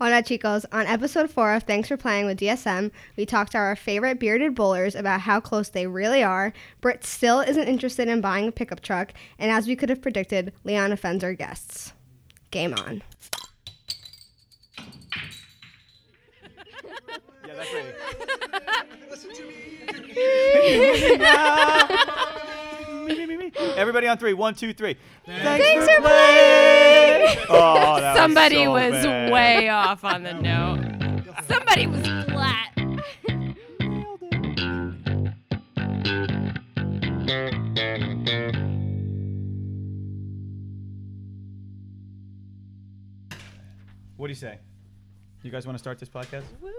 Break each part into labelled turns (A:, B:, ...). A: Hola chicos, on episode 4 of Thanks for Playing with DSM, we talked to our favorite bearded bowlers about how close they really are, Britt still isn't interested in buying a pickup truck, and as we could have predicted, Leon offends our guests. Game on.
B: Yeah, that's right. Me, me, me, me. Everybody on three. One, two, three. Thanks, for playing. Oh, that was
C: Somebody
B: so
C: was,
B: bad.
C: way off on the note. Somebody was flat.
B: What do you say? You guys want to start this podcast? Woo!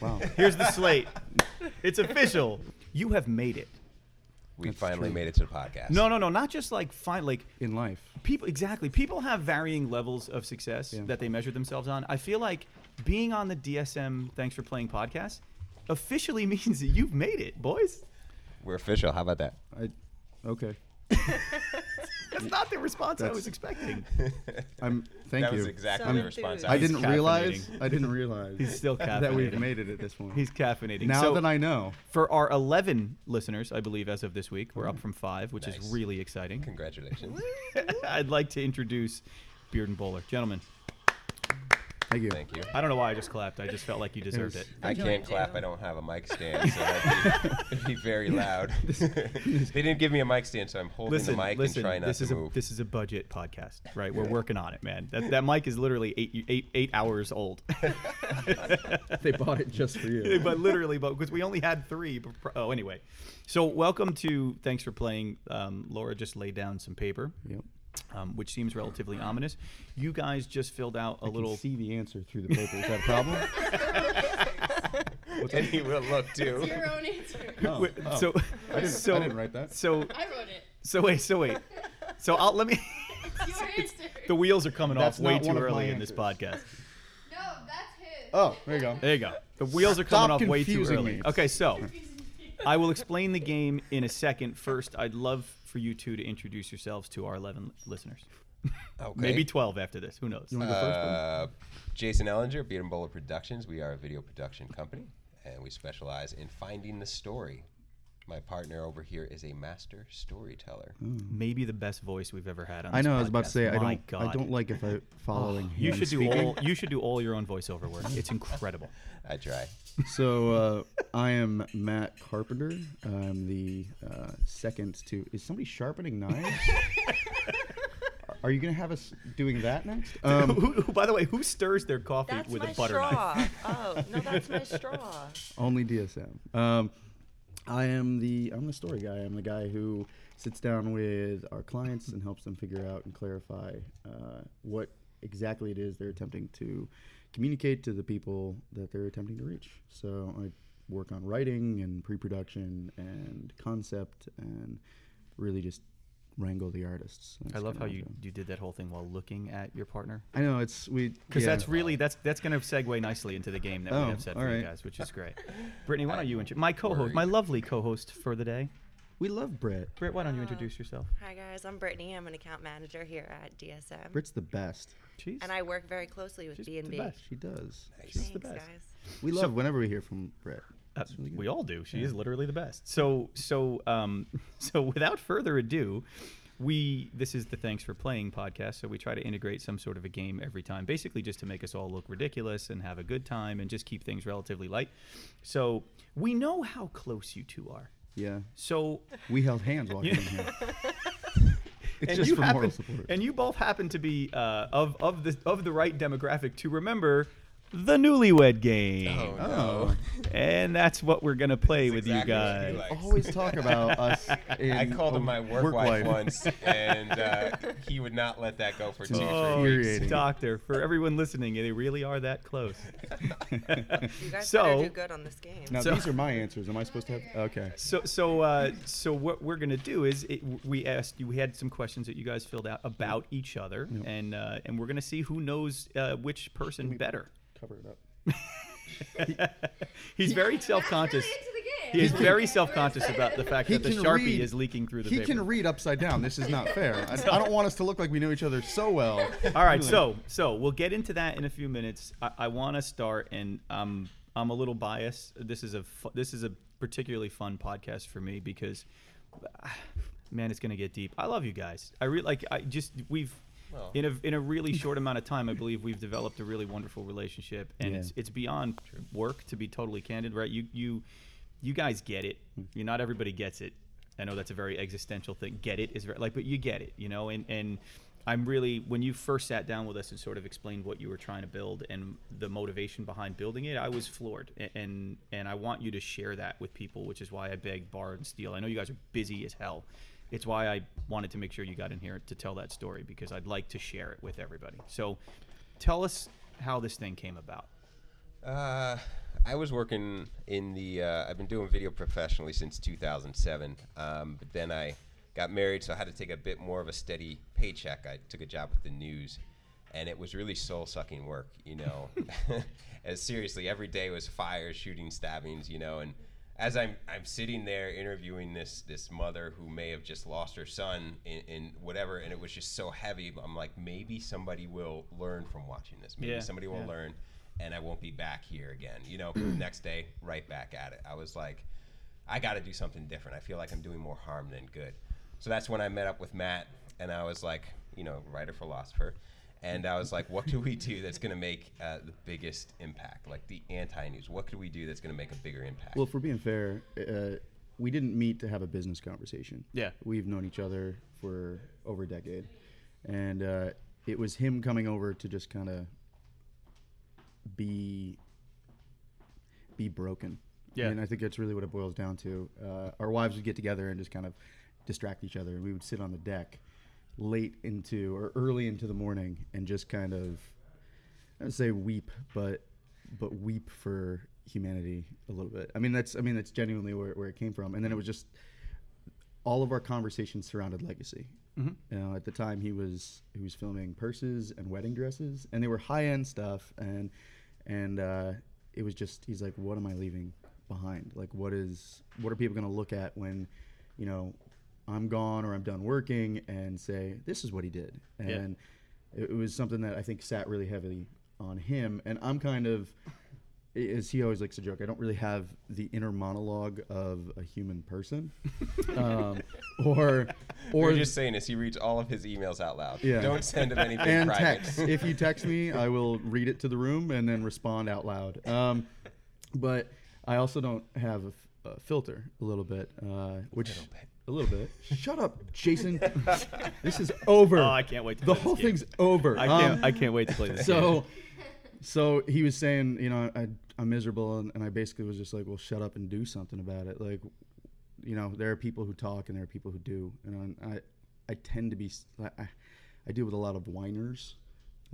B: Wow. Here's the slate. It's official. You have made it.
D: We finally made it to the podcast.
B: No, no, no. Not just like fine. Like
E: in life.
B: people. Exactly. People have varying levels of success that they measure themselves on. I feel like being on the DSM. Thanks for playing podcast. Officially means that you've made it, boys.
D: We're official. How about that?
E: I, okay.
B: That's not the response I was expecting.
E: I'm. Thank
D: that
E: you.
D: was exactly
F: So
D: the response
E: I
D: was
E: didn't
B: caffeinating.
E: realize. I didn't realize.
B: He's still
E: that we've
B: caffeinating.
E: made it at this point.
B: He's caffeinating.
E: now
B: so
E: that I know.
B: for our 11 listeners, I believe as of this week, we're up from 5, which
D: Mm-hmm. Nice.
B: is really exciting.
D: Congratulations.
B: I'd like to introduce Beard and Bowler. Gentlemen,
E: Thank you.
D: Thank you.
B: I don't know why I just clapped. I just felt like you deserved it.
E: was-
D: I can't clap. I don't have a mic stand, so that'd be, it'd be very loud. they didn't give me a mic stand, so I'm holding
B: Listen,
D: the mic
B: listen.
D: and trying not
B: this
D: to
B: is a
D: move.
B: this is a budget podcast, right? We're working on it, man. That, that mic is literally eight eight eight hours old,
E: They bought it just for you.
B: but literally, but because we only had three. but pro- Oh, anyway. So welcome to. Thanks for playing. Um, Laura just laid down some paper,
E: yep.
B: um, which seems relatively ominous. You guys just filled out a
E: I
B: little.
E: can see the answer through the paper. Is that a problem?
D: and he will look too.
F: own answer.
E: No.
B: Wait, so,
E: Oh, I, didn't,
B: so,
E: I didn't write that.
B: so,
F: I wrote it.
B: so wait, so wait. So I'll let me.
F: It's your answer.
B: the wheels are coming
E: That's
B: off way
E: not
B: too
E: one of
B: early
E: my
B: in this podcast.
E: answers.
F: No, that's his.
E: Oh, there you go.
B: There you go. The wheels are
E: Stop
B: coming off way too
E: confusing
B: early.
E: me.
B: Okay, so I will explain the game in a second. First, I'd love for you two to introduce yourselves to our 11 listeners.
D: Okay.
B: Maybe 12 after this. Who knows?
E: You want to go first? Bill?
D: Uh, Jason Ellinger, Beat 'em Bowler Productions. We are a video production company, and we specialize in finding the story. My partner over here is a master storyteller.
B: Maybe the best voice we've ever had on.
E: I
B: this
E: know. I was about to
B: podcast.
E: say. I
B: My
E: don't.
B: God. Oh,
E: I don't like if I following.
B: You
E: him
B: should do
E: speaking.
B: all. You should do all your own voiceover work. It's incredible.
D: I try.
E: So uh, I am Matt Carpenter. I'm the uh, second to. Is somebody sharpening knives? Are you gonna have us doing that next? Um,
B: who, who- by the way, who stirs their coffee
F: That's
B: with
F: my
B: a butter knife?
F: straw. oh, no, that's my straw.
E: only DSM. Um, I am the I'm the story guy. I'm the guy who sits down with our clients and helps them figure out and clarify uh, what exactly it is they're attempting to communicate to the people that they're attempting to reach. So I work on writing and pre-production and concept and really just wrangle the artists.
B: I
E: That's
B: love
E: kinda
B: how
E: what I
B: you,
E: do.
B: you did that whole thing while looking at your partner.
E: I know it's we
B: Because
E: yeah.
B: that's really that's that's going to segue nicely into the game that
E: Oh,
B: we have set for
E: all
B: you
E: right.
B: guys, which is great. Brittany, why don't you introduce my co-host, my lovely co-host for the day?
E: we love Brett.
B: Britt, why don't you introduce yourself?
F: Hi, guys. I'm Brittany. I'm an account manager here at DSM.
E: Brett's the best.
B: Jeez.
F: and I work very closely with
B: she's
F: B&B.
B: the best.
E: She does.
B: She's
F: Thanks,
B: the best.
F: guys.
E: We love whenever we hear from Brett.
B: Uh, we all do. She is literally the best. So so um so without further ado, we this is the thanks for playing podcast. So we try to integrate some sort of a game every time, basically just to make us all look ridiculous and have a good time and just keep things relatively light. So we know how close you two are.
E: Yeah.
B: So
E: We held hands walking in here. It's just
B: you
E: for
B: happen,
E: moral support.
B: And you both happen to be uh, of of the of the right demographic to remember the newlywed game.
D: Oh,
E: oh,
B: And that's what we're gonna play with
D: exactly
B: you
D: what she
B: guys.
D: likes.
E: always talk about us. In
D: I called
E: a
D: him my work, wife, once, and uh, he would not let that go for two
B: Oh,
D: straight
E: infuriating.
D: weeks.
B: doctor, for everyone listening, they really are that close.
F: You guys
B: So-
F: better do good on this game.
E: Now
B: So-
E: these are my answers. Am I supposed to have? Okay.
B: So, so, uh, so what we're gonna do is it, we asked you. We had some questions that you guys filled out about each other, and uh, and we're gonna see who knows uh, which person better.
E: Cover it up.
B: He's very self-conscious.
F: into the
B: He is very self-conscious about the fact that the sharpie is leaking through the
E: He
B: paper.
E: can read upside down. This is not fair. I, I don't want us to look like we know each other so well.
B: All right, so so we'll get into that in a few minutes. I, I want to start, and um, I'm a little biased. This is a fu- this is a particularly fun podcast for me because, ah, man, it's gonna get deep. I love you guys. I really like. I just we've.
D: Well.
B: in a, in a really short amount of time, I believe we've developed a really wonderful relationship, and
E: Yeah.
B: it's it's beyond work to be totally candid, right? You you you guys get it.
E: Hmm.
B: You not everybody gets it. I know that's a very existential thing. Get it is very, like, but you get it, you know. And and I'm really when you first sat down with us and sort of explained what you were trying to build and the motivation behind building it, I was floored. A- And and I want you to share that with people, which is why I beg, borrow, and steal. I know you guys are busy as hell. It's why I wanted to make sure you got in here to tell that story because I'd like to share it with everybody. So, tell us how this thing came about.
D: Uh, I was working in the. Uh, I've been doing video professionally since 2007, um, but then I got married, so I had to take a bit more of a steady paycheck. I took a job with the news, and it was really soul sucking work. You know, as seriously, every day was fires, shooting, stabbings. You know, and as I'm I'm sitting there interviewing this this mother who may have just lost her son in, in whatever, and it was just so heavy. but I'm like, maybe somebody will learn from watching this. Maybe
B: Yeah,
D: somebody will
B: yeah.
D: learn learn, and I won't be back here again. You know, next day, right back at it. I was like, I got to do something different. I feel like I'm doing more harm than good. So that's when I met up with Matt, and I was like, you know, writer philosopher, and I was like, what do we do that's going to make uh, the biggest impact? Like the anti-news. What could we do that's going to make a bigger impact?
E: Well, if we're being fair, uh, we didn't meet to have a business conversation.
B: Yeah.
E: We've known each other for over a decade. And uh, it was him coming over to just kind of be be broken.
B: Yeah.
E: And I think that's really what it boils down to. Uh, our wives would get together and just kind of distract each other. And we would sit on the deck late into or early into the morning and just kind of, I would say weep, but but weep for humanity a little bit. I mean, that's I mean that's genuinely where, where it came from. And then it was just all of our conversations surrounded legacy. You know, at the time he was he was filming purses and wedding dresses, and they were high end stuff, and and uh, it was just he's like, what am I leaving behind? Like, what is what are people going to look at when, you know, I'm gone or I'm done working and say this is what he did, and it, it was something that I think sat really heavily on him, and I'm kind of as he always likes to joke, I don't really have the inner monologue of a human person, um, or
D: we
E: or
D: were just saying this. He reads all of his emails out loud.
E: Yeah.
D: Don't send him anything
E: and
D: private.
E: text. if you text me, I will read it to the room and then respond out loud. Um, but I also don't have a, f- a filter a little bit, uh, which a little bit. Shut up, Jason. this is over.
B: Oh, I can't wait to play
E: the
B: this
E: whole
B: game.
E: thing's over.
B: I can't
E: Um,
B: I can't wait to play this. game.
E: so so he was saying you know I, i'm miserable and, and i basically was just like well shut up and do something about it like you know there are people who talk and there are people who do and i i, I tend to be s- I, I- I deal with a lot of whiners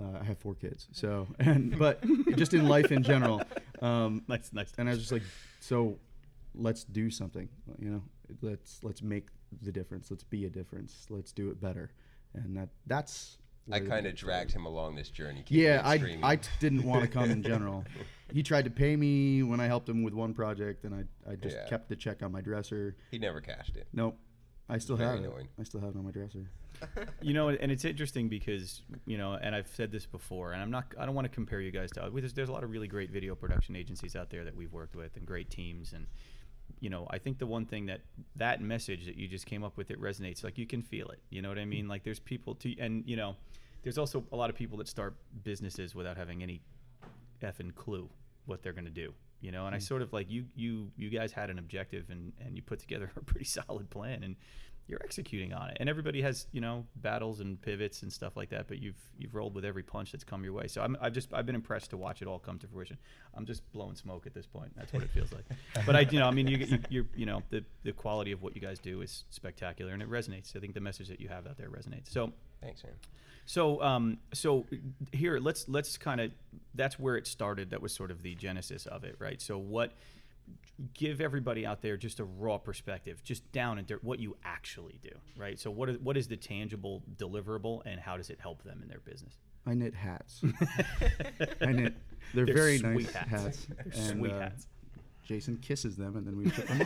E: uh, i have four kids so and but just in life in general um,
B: nice, nice.
E: and I was just like, so let's do something. You know, let's let's make the difference. Let's be a difference. Let's do it better. And that that's.
D: I
E: where the
D: kind of
E: difference
D: dragged
E: is.
D: him along this journey. keeping
E: Yeah,
D: him
E: I,
D: screaming.
E: I t- didn't want to come in general. he tried to pay me when I helped him with one project, and I, I just
D: Yeah.
E: kept the check on my dresser.
D: he never cashed it.
E: Nope, I still
D: Very
E: have it.
D: annoying.
E: I still have it on my dresser.
B: you know, and it's interesting because you know, and I've said this before, and I'm not, I don't want to compare you guys to. other- There's, there's a lot of really great video production agencies out there that we've worked with, and great teams, and you know, I think the one thing that that message that you just came up with it resonates. Like you can feel it. You know what I mean? Like there's people to, and you know, there's also a lot of people that start businesses without having any effing clue what they're gonna do. You know, and I sort of like you you you guys had an objective and and you put together a pretty solid plan and you're executing on it. And everybody has you know battles and pivots and stuff like that, but you've you've rolled with every punch that's come your way. So I'm, I've just I've been impressed to watch it all come to fruition. I'm just blowing smoke at this point. That's what it feels like. But I you know I mean you you you're, you know the the quality of what you guys do is spectacular and it resonates. I think the message that you have out there resonates. So
D: Thanks, man.
B: so, um, so here, let's let's kind of that's where it started. That was sort of the genesis of it, right? So, what give everybody out there just a raw perspective, just down into what you actually do, right? So, what is, what is the tangible deliverable, and how does it help them in their business?
E: I knit hats. I knit. They're, very nice hats.
B: They're
E: and,
B: sweet
E: uh,
B: hats.
E: Jason kisses them, and then we put them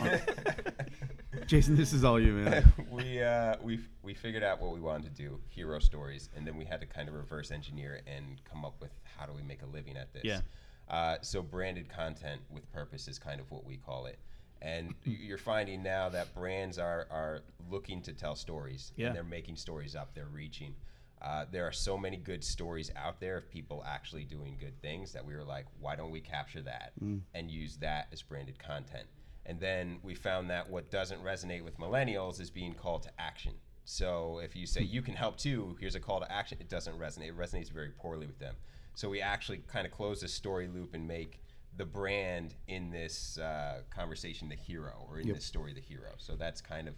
E: up. Jason, this is all you, man.
D: we uh, we f- we figured out what we wanted to do, hero stories, and then we had to kind of reverse engineer and come up with how do we make a living at this.
B: Yeah.
D: Uh, so branded content with purpose is kind of what we call it, and y- you're finding now that brands are are looking to tell stories.
B: Yeah.
D: And they're making stories up. They're reaching. Uh, there are so many good stories out there of people actually doing good things that we were like, why don't we capture that and use that as branded content? And then we found that what doesn't resonate with millennials is being called to action. So if you say you can help too, here's a call to action, it doesn't resonate. It resonates very poorly with them. So we actually kind of close this story loop and make the brand in this uh, conversation the hero or in this story the hero. So that's kind of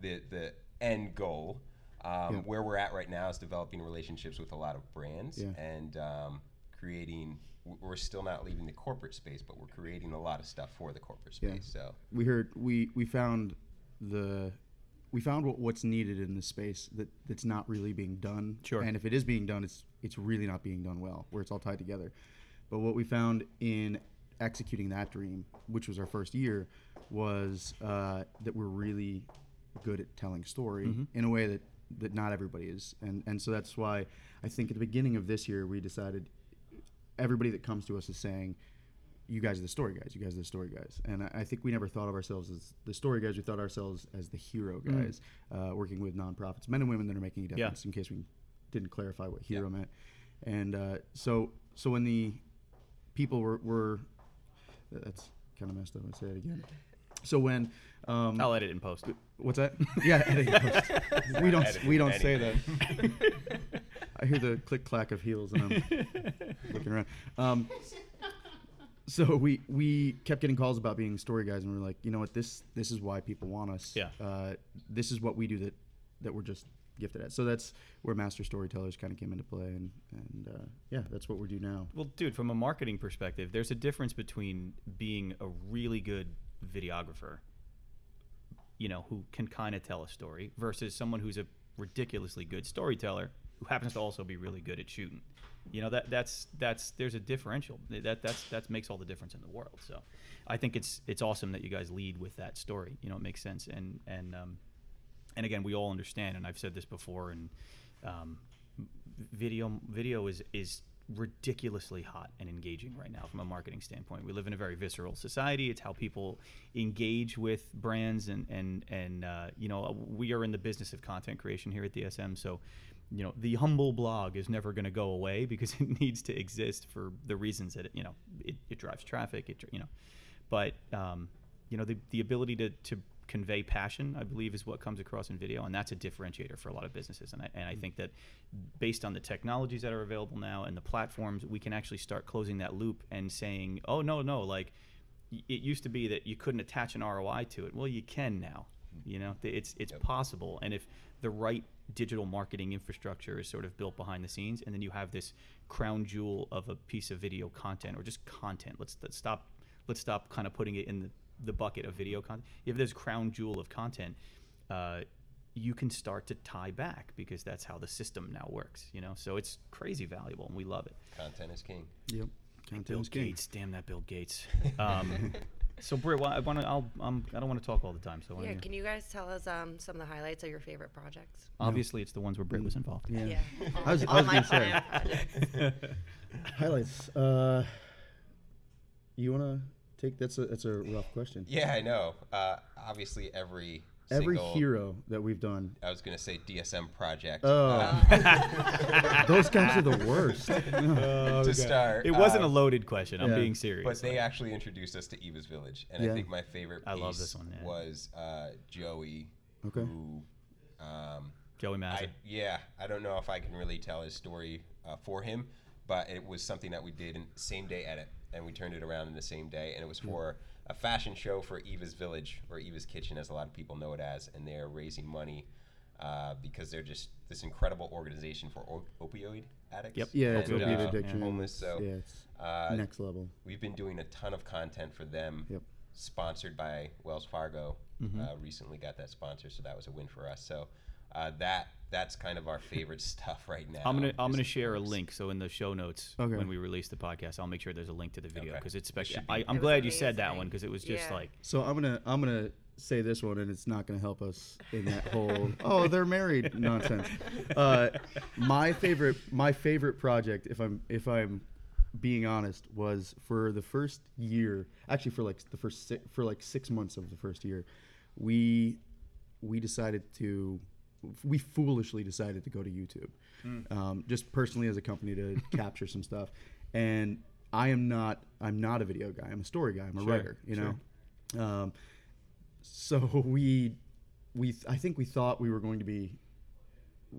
D: the the end goal. Um, Where we're at right now is developing relationships with a lot of brands
E: Yeah.
D: and um, creating. w- We're still not leaving the corporate space, but we're creating a lot of stuff for the corporate
E: Yeah.
D: space. So
E: we heard we we found the we found what, what's needed in this space that that's not really being done.
B: Sure.
E: And if it is being done, it's it's really not being done well, where it's all tied together. But what we found in executing that dream, which was our first year, was uh, that we're really good at telling story in a way that that not everybody is, and and so that's why I think at the beginning of this year we decided everybody that comes to us is saying, "You guys are the story guys. You guys are the story guys." And I, I think we never thought of ourselves as the story guys. We thought ourselves as the hero guys, uh, working with nonprofits, men and women that are making a difference. In case we didn't clarify what hero meant, and uh, so so when the people were, were that's kind of messed up. I say it again. So when um,
B: I'll edit and post.
E: What's that? Yeah, editing post. we don't
D: editing,
E: we don't say that. I hear the click clack of heels and I'm looking around. Um, so we we kept getting calls about being story guys and we were like, you know what, this this is why people want us.
B: Yeah.
E: Uh, this is what we do that that we're just gifted at. So that's where master storytellers kind of came into play and and uh, yeah, that's what we do now.
B: Well, dude, from a marketing perspective, there's a difference between being a really good videographer, you know, who can kind of tell a story, versus someone who's a ridiculously good storyteller who happens to also be really good at shooting. You know, that that's that's there's a differential. That that's that makes all the difference in the world. So, I think it's it's awesome that you guys lead with that story. You know, it makes sense and and um, and again, we all understand, and I've said this before, and um, video video is is ridiculously hot and engaging right now from a marketing standpoint. We live in a very visceral society. It's how people engage with brands, and and and uh, you know we are in the business of content creation here at DSM, so. You know the humble blog is never going to go away because it needs to exist for the reasons that it, you know it, it drives traffic. It dr- you know, but um, you know the, the ability to, to convey passion i believe is what comes across in video and that's a differentiator for a lot of businesses and I, and I think that based on the technologies that are available now and the platforms we can actually start closing that loop and saying oh no no like y- it used to be that you couldn't attach an roi to it well you can now you know Th- it's it's possible and if the right digital marketing infrastructure is sort of built behind the scenes and then you have this crown jewel of a piece of video content or just content let's, let's stop let's stop kind of putting it in the, the bucket of video content. If there's crown jewel of content, uh, you can start to tie back because that's how the system now works. You know, so it's crazy valuable, and we love it.
D: content is king.
E: Yep. Content
B: Bill
E: is king.
B: Gates, damn that Bill Gates. Um, so Britt, why I want to. I'll. Um, I don't want to talk all the time. So why
F: Yeah,
B: don't you-
F: can you guys tell us um, some of the highlights of your favorite projects?
B: obviously, it's the ones where Britt was involved.
E: Yeah.
F: Yeah.
E: I was, I
F: All
E: was
F: my
E: gonna say.
F: time.
E: Highlights. Uh, you want to take that's a that's a rough question.
D: Yeah, I know. Uh, obviously, every
E: Every
D: single,
E: hero that we've done,
D: I was gonna say DSM project. um,
E: Oh. those guys are the worst.
D: uh, to start,
B: Oh, It wasn't
D: uh,
B: a loaded question. I'm
E: yeah.
B: being serious.
D: But they actually introduced us to Eva's Village, and
E: Yeah.
D: I think my favorite piece
B: I love this one, yeah.
D: was uh, Joey,
E: Okay.
D: who, um,
B: Joey Mazza.
D: I, yeah, I don't know if I can really tell his story uh, for him, but it was something that we did in same day edit, and we turned it around in the same day, and it was for a fashion show for Eva's Village or Eva's Kitchen, as a lot of people know it as, and they are raising money. Uh, because they're just this incredible organization for o- opioid addicts.
B: Yep.
E: Yeah,
D: and, uh,
E: it's
B: Opioid
E: opioid
B: addiction,
E: addiction.
B: yeah.
D: Homeless. So
E: yeah, it's
D: uh,
E: next level.
D: we've been doing a ton of content for them.
E: Yep. Mm-hmm.
D: Sponsored by Wells Fargo, uh, recently got that sponsor, so that was a win for us. So uh, that that's kind of our favorite stuff right now.
B: I'm
E: Um,
B: gonna I'm
D: is
B: gonna
D: the
B: share a
D: books.
B: link. So in the show notes
E: Okay.
B: when we release the podcast, I'll make sure there's a link to the video
D: Okay.
B: because it's
D: It
B: special.
D: should be-
B: I'm
F: was
B: glad you said that
F: amazing.
B: one because it was just
F: Yeah.
B: like
E: So I'm gonna I'm gonna say this one, and it's not gonna help us in that whole oh they're married nonsense. Uh, my favorite my favorite project, if I'm if I'm being honest, was for the first year. Actually, for like the first si- for like six months of the first year, we we decided to we foolishly decided to go to YouTube, um, just personally as a company to capture some stuff. And I am not I'm not a video guy. I'm a story guy. I'm a writer. You know. Um, so we we I think we thought we were going to be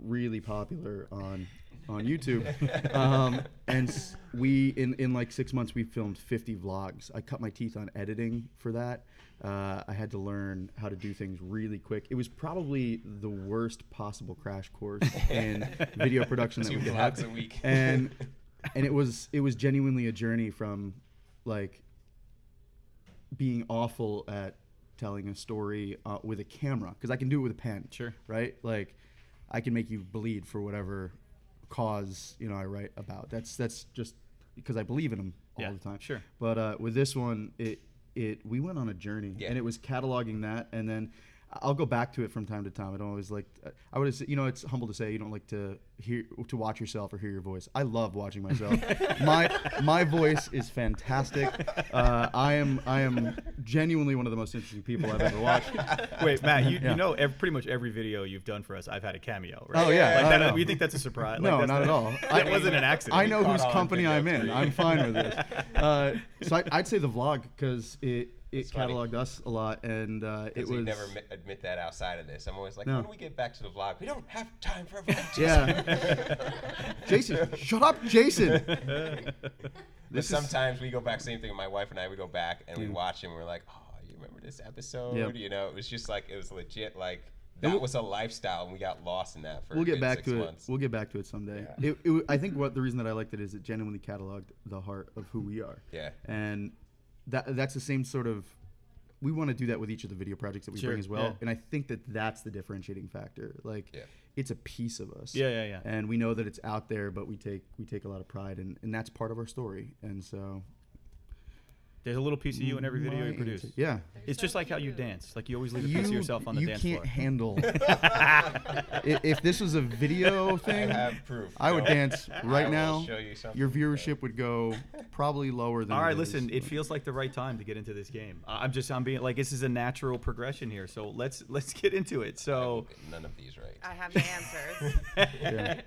E: really popular on on YouTube, um, and s- we in in like six months we filmed 50 vlogs. I cut my teeth on editing for that. Uh, I had to learn how to do things really quick. It was probably the worst possible crash course in video production that
D: Two
E: we could
D: vlogs
E: have
D: a week.
E: and and it was it was genuinely a journey from like being awful at telling a story uh, with a camera because I can do it with a pen.
B: Sure.
E: Right? Like, I can make you bleed for whatever cause you know I write about. That's that's just because I believe in them all
B: Yeah,
E: the time.
B: sure.
E: But uh, with this one, it it we went on a journey,
D: Yeah.
E: and it was cataloging that, and then. I'll go back to it from time to time. I don't always like. I would, you know, it's humble to say you don't like to hear to watch yourself or hear your voice. I love watching myself. my my voice is fantastic. Uh, I am I am genuinely one of the most interesting people I've ever watched.
B: wait Matt you,
E: Yeah.
B: you know ev- pretty much every video you've done for us I've had a cameo right
E: Oh, yeah.
B: like
E: I
B: that,
E: know.
B: you think that's a surprise
E: No,
B: like, that's
E: not at all.
B: that wasn't an accident
E: I know
D: caught
E: whose
D: on
E: company
D: video
E: I'm in.
D: three.
E: I'm fine with this. Uh, so I, I'd say the vlog because it it
D: funny.
E: cataloged us a lot, and uh, it
D: Because
E: was
D: we never mi- admit that outside of this. I'm always like,
E: No.
D: when we get back to the vlog, we don't have time for a vlog.
E: yeah. Jason, shut up, Jason.
D: But
E: This is-
D: sometimes we go back, same thing. My wife and I, we go back and we watch and we're like, oh, you remember this episode?
E: Yep.
D: You know, it was just like, it was legit. Like, that was a lifestyle and we got lost in that for
E: we'll
D: a
E: get
D: good
E: back
D: six
E: to
D: months.
E: it. We'll get back to it someday.
D: Yeah.
E: It, it, wa- I think what the reason that I liked it is it genuinely cataloged the heart of who we are.
D: Yeah.
E: And that that's the same sort of. We want to do that with each of the video projects that we
B: Sure,
E: bring as well,
B: yeah.
E: and I think that that's the differentiating factor. Like,
D: Yeah.
E: it's a piece of us.
B: Yeah, yeah, yeah.
E: And we know that it's out there, but we take we take a lot of pride, and and that's part of our story. And so,
B: there's a little piece of you in every video
E: my
B: you produce
E: antique- yeah,
B: it's just like how you dance like you always leave a piece of yourself on the
E: you
B: dance
E: can't
B: floor
E: handle. I- if this was a video
D: I
E: thing,
D: have proof.
E: I would
D: Don't-
E: dance
D: I
E: right
D: will
E: now.
D: show you something,
E: your
D: okay?
E: viewership would go probably lower than.
B: all right
E: it is.
B: listen it feels like the right time to get into this game I- I'm just I'm being like this is a natural progression here so let's let's get into it so.
D: None of these right.
F: I have the answers.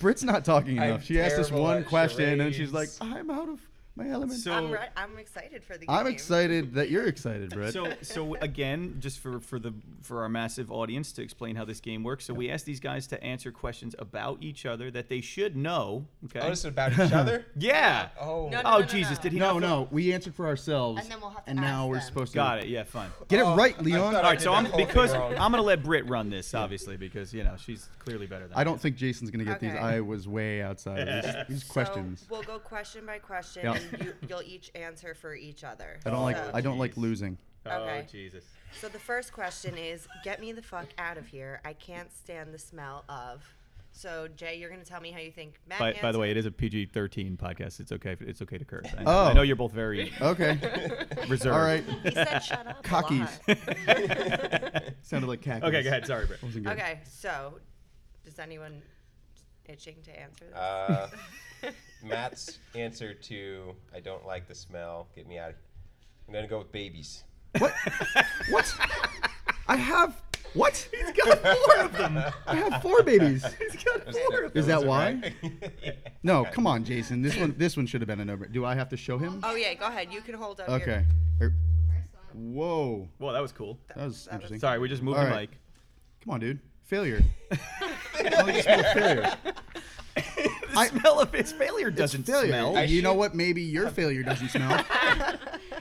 E: Britt's not talking
D: I'm
E: enough. She asked us
D: terrible
E: one
D: at
E: question, and she's like,
D: charades.
E: "I'm out of my element."
B: So-
F: I'm, re- I'm excited for the game.
E: I'm excited that you're excited, Britt.
B: So, so again, just for for the for our massive audience to explain how this game works. So we asked these guys to answer questions about each other that they should know. Okay.
D: Oh, this is about each other?
B: yeah.
D: Oh,
F: No, no.
B: oh Jesus! Did he?
E: no,
B: not-
E: no, we answered for ourselves,
F: And then we'll have to
E: and now
F: ask
E: we're
F: them.
E: supposed to
B: Got it. Yeah, fine.
E: Get it
D: Oh,
E: right,
D: I
E: Leon.
D: thought
B: All
D: I
B: right,
D: did
B: so
D: that
B: I'm
D: whole thing
B: because
D: wrong.
B: I'm gonna let Britt run this, obviously, because you know she's clearly better than
E: I
B: me.
E: don't think Jason's gonna get these.
F: Okay.
E: I was way outside of these, these questions.
F: So we'll go question by question,
E: Yeah.
F: and you, you'll each answer for each other.
E: I don't like.
F: So,
E: I don't like
B: jeez.
E: losing.
F: okay.
B: Oh Jesus.
F: so the first question is, get me the fuck out of here. I can't stand the smell of. So Jay, you're gonna tell me how you think Matt.
B: By, by the
F: answered.
B: way, it is a PG-13 podcast. It's okay. It's okay to curse. I know,
E: Oh.
B: I know you're both very
E: Okay.
B: reserved.
E: All right.
F: he said shut up. a
E: Cockies.
F: lot.
E: Sounded like khakis.
B: Okay, go ahead. Sorry, Britt.
E: Wasn't good.
F: Okay, so does anyone itching to answer this?
D: Uh, Matt's answer to I don't like the smell. Get me out of here. I'm gonna go with babies.
E: What? what? I have what? He's got four of them. I have four
D: Is
E: babies.
D: that,
E: Is that
D: was it,
E: why?
D: right? yeah.
E: No, come on, Jason. This one, this one should have been a number. Do I have to show him?
F: oh yeah, go ahead. You can hold up. your-
E: Okay. Er, Whoa,
B: Well, that was cool.
E: that was
F: That was-
E: interesting.
B: Sorry, we just moved
E: All
B: the
E: right.
B: mic.
E: Come on, dude. Failure. I only smell failure.
B: The smell of his failure doesn't
E: failure.
B: smell.
D: I
E: You know
D: should-
E: what? Maybe your failure doesn't smell.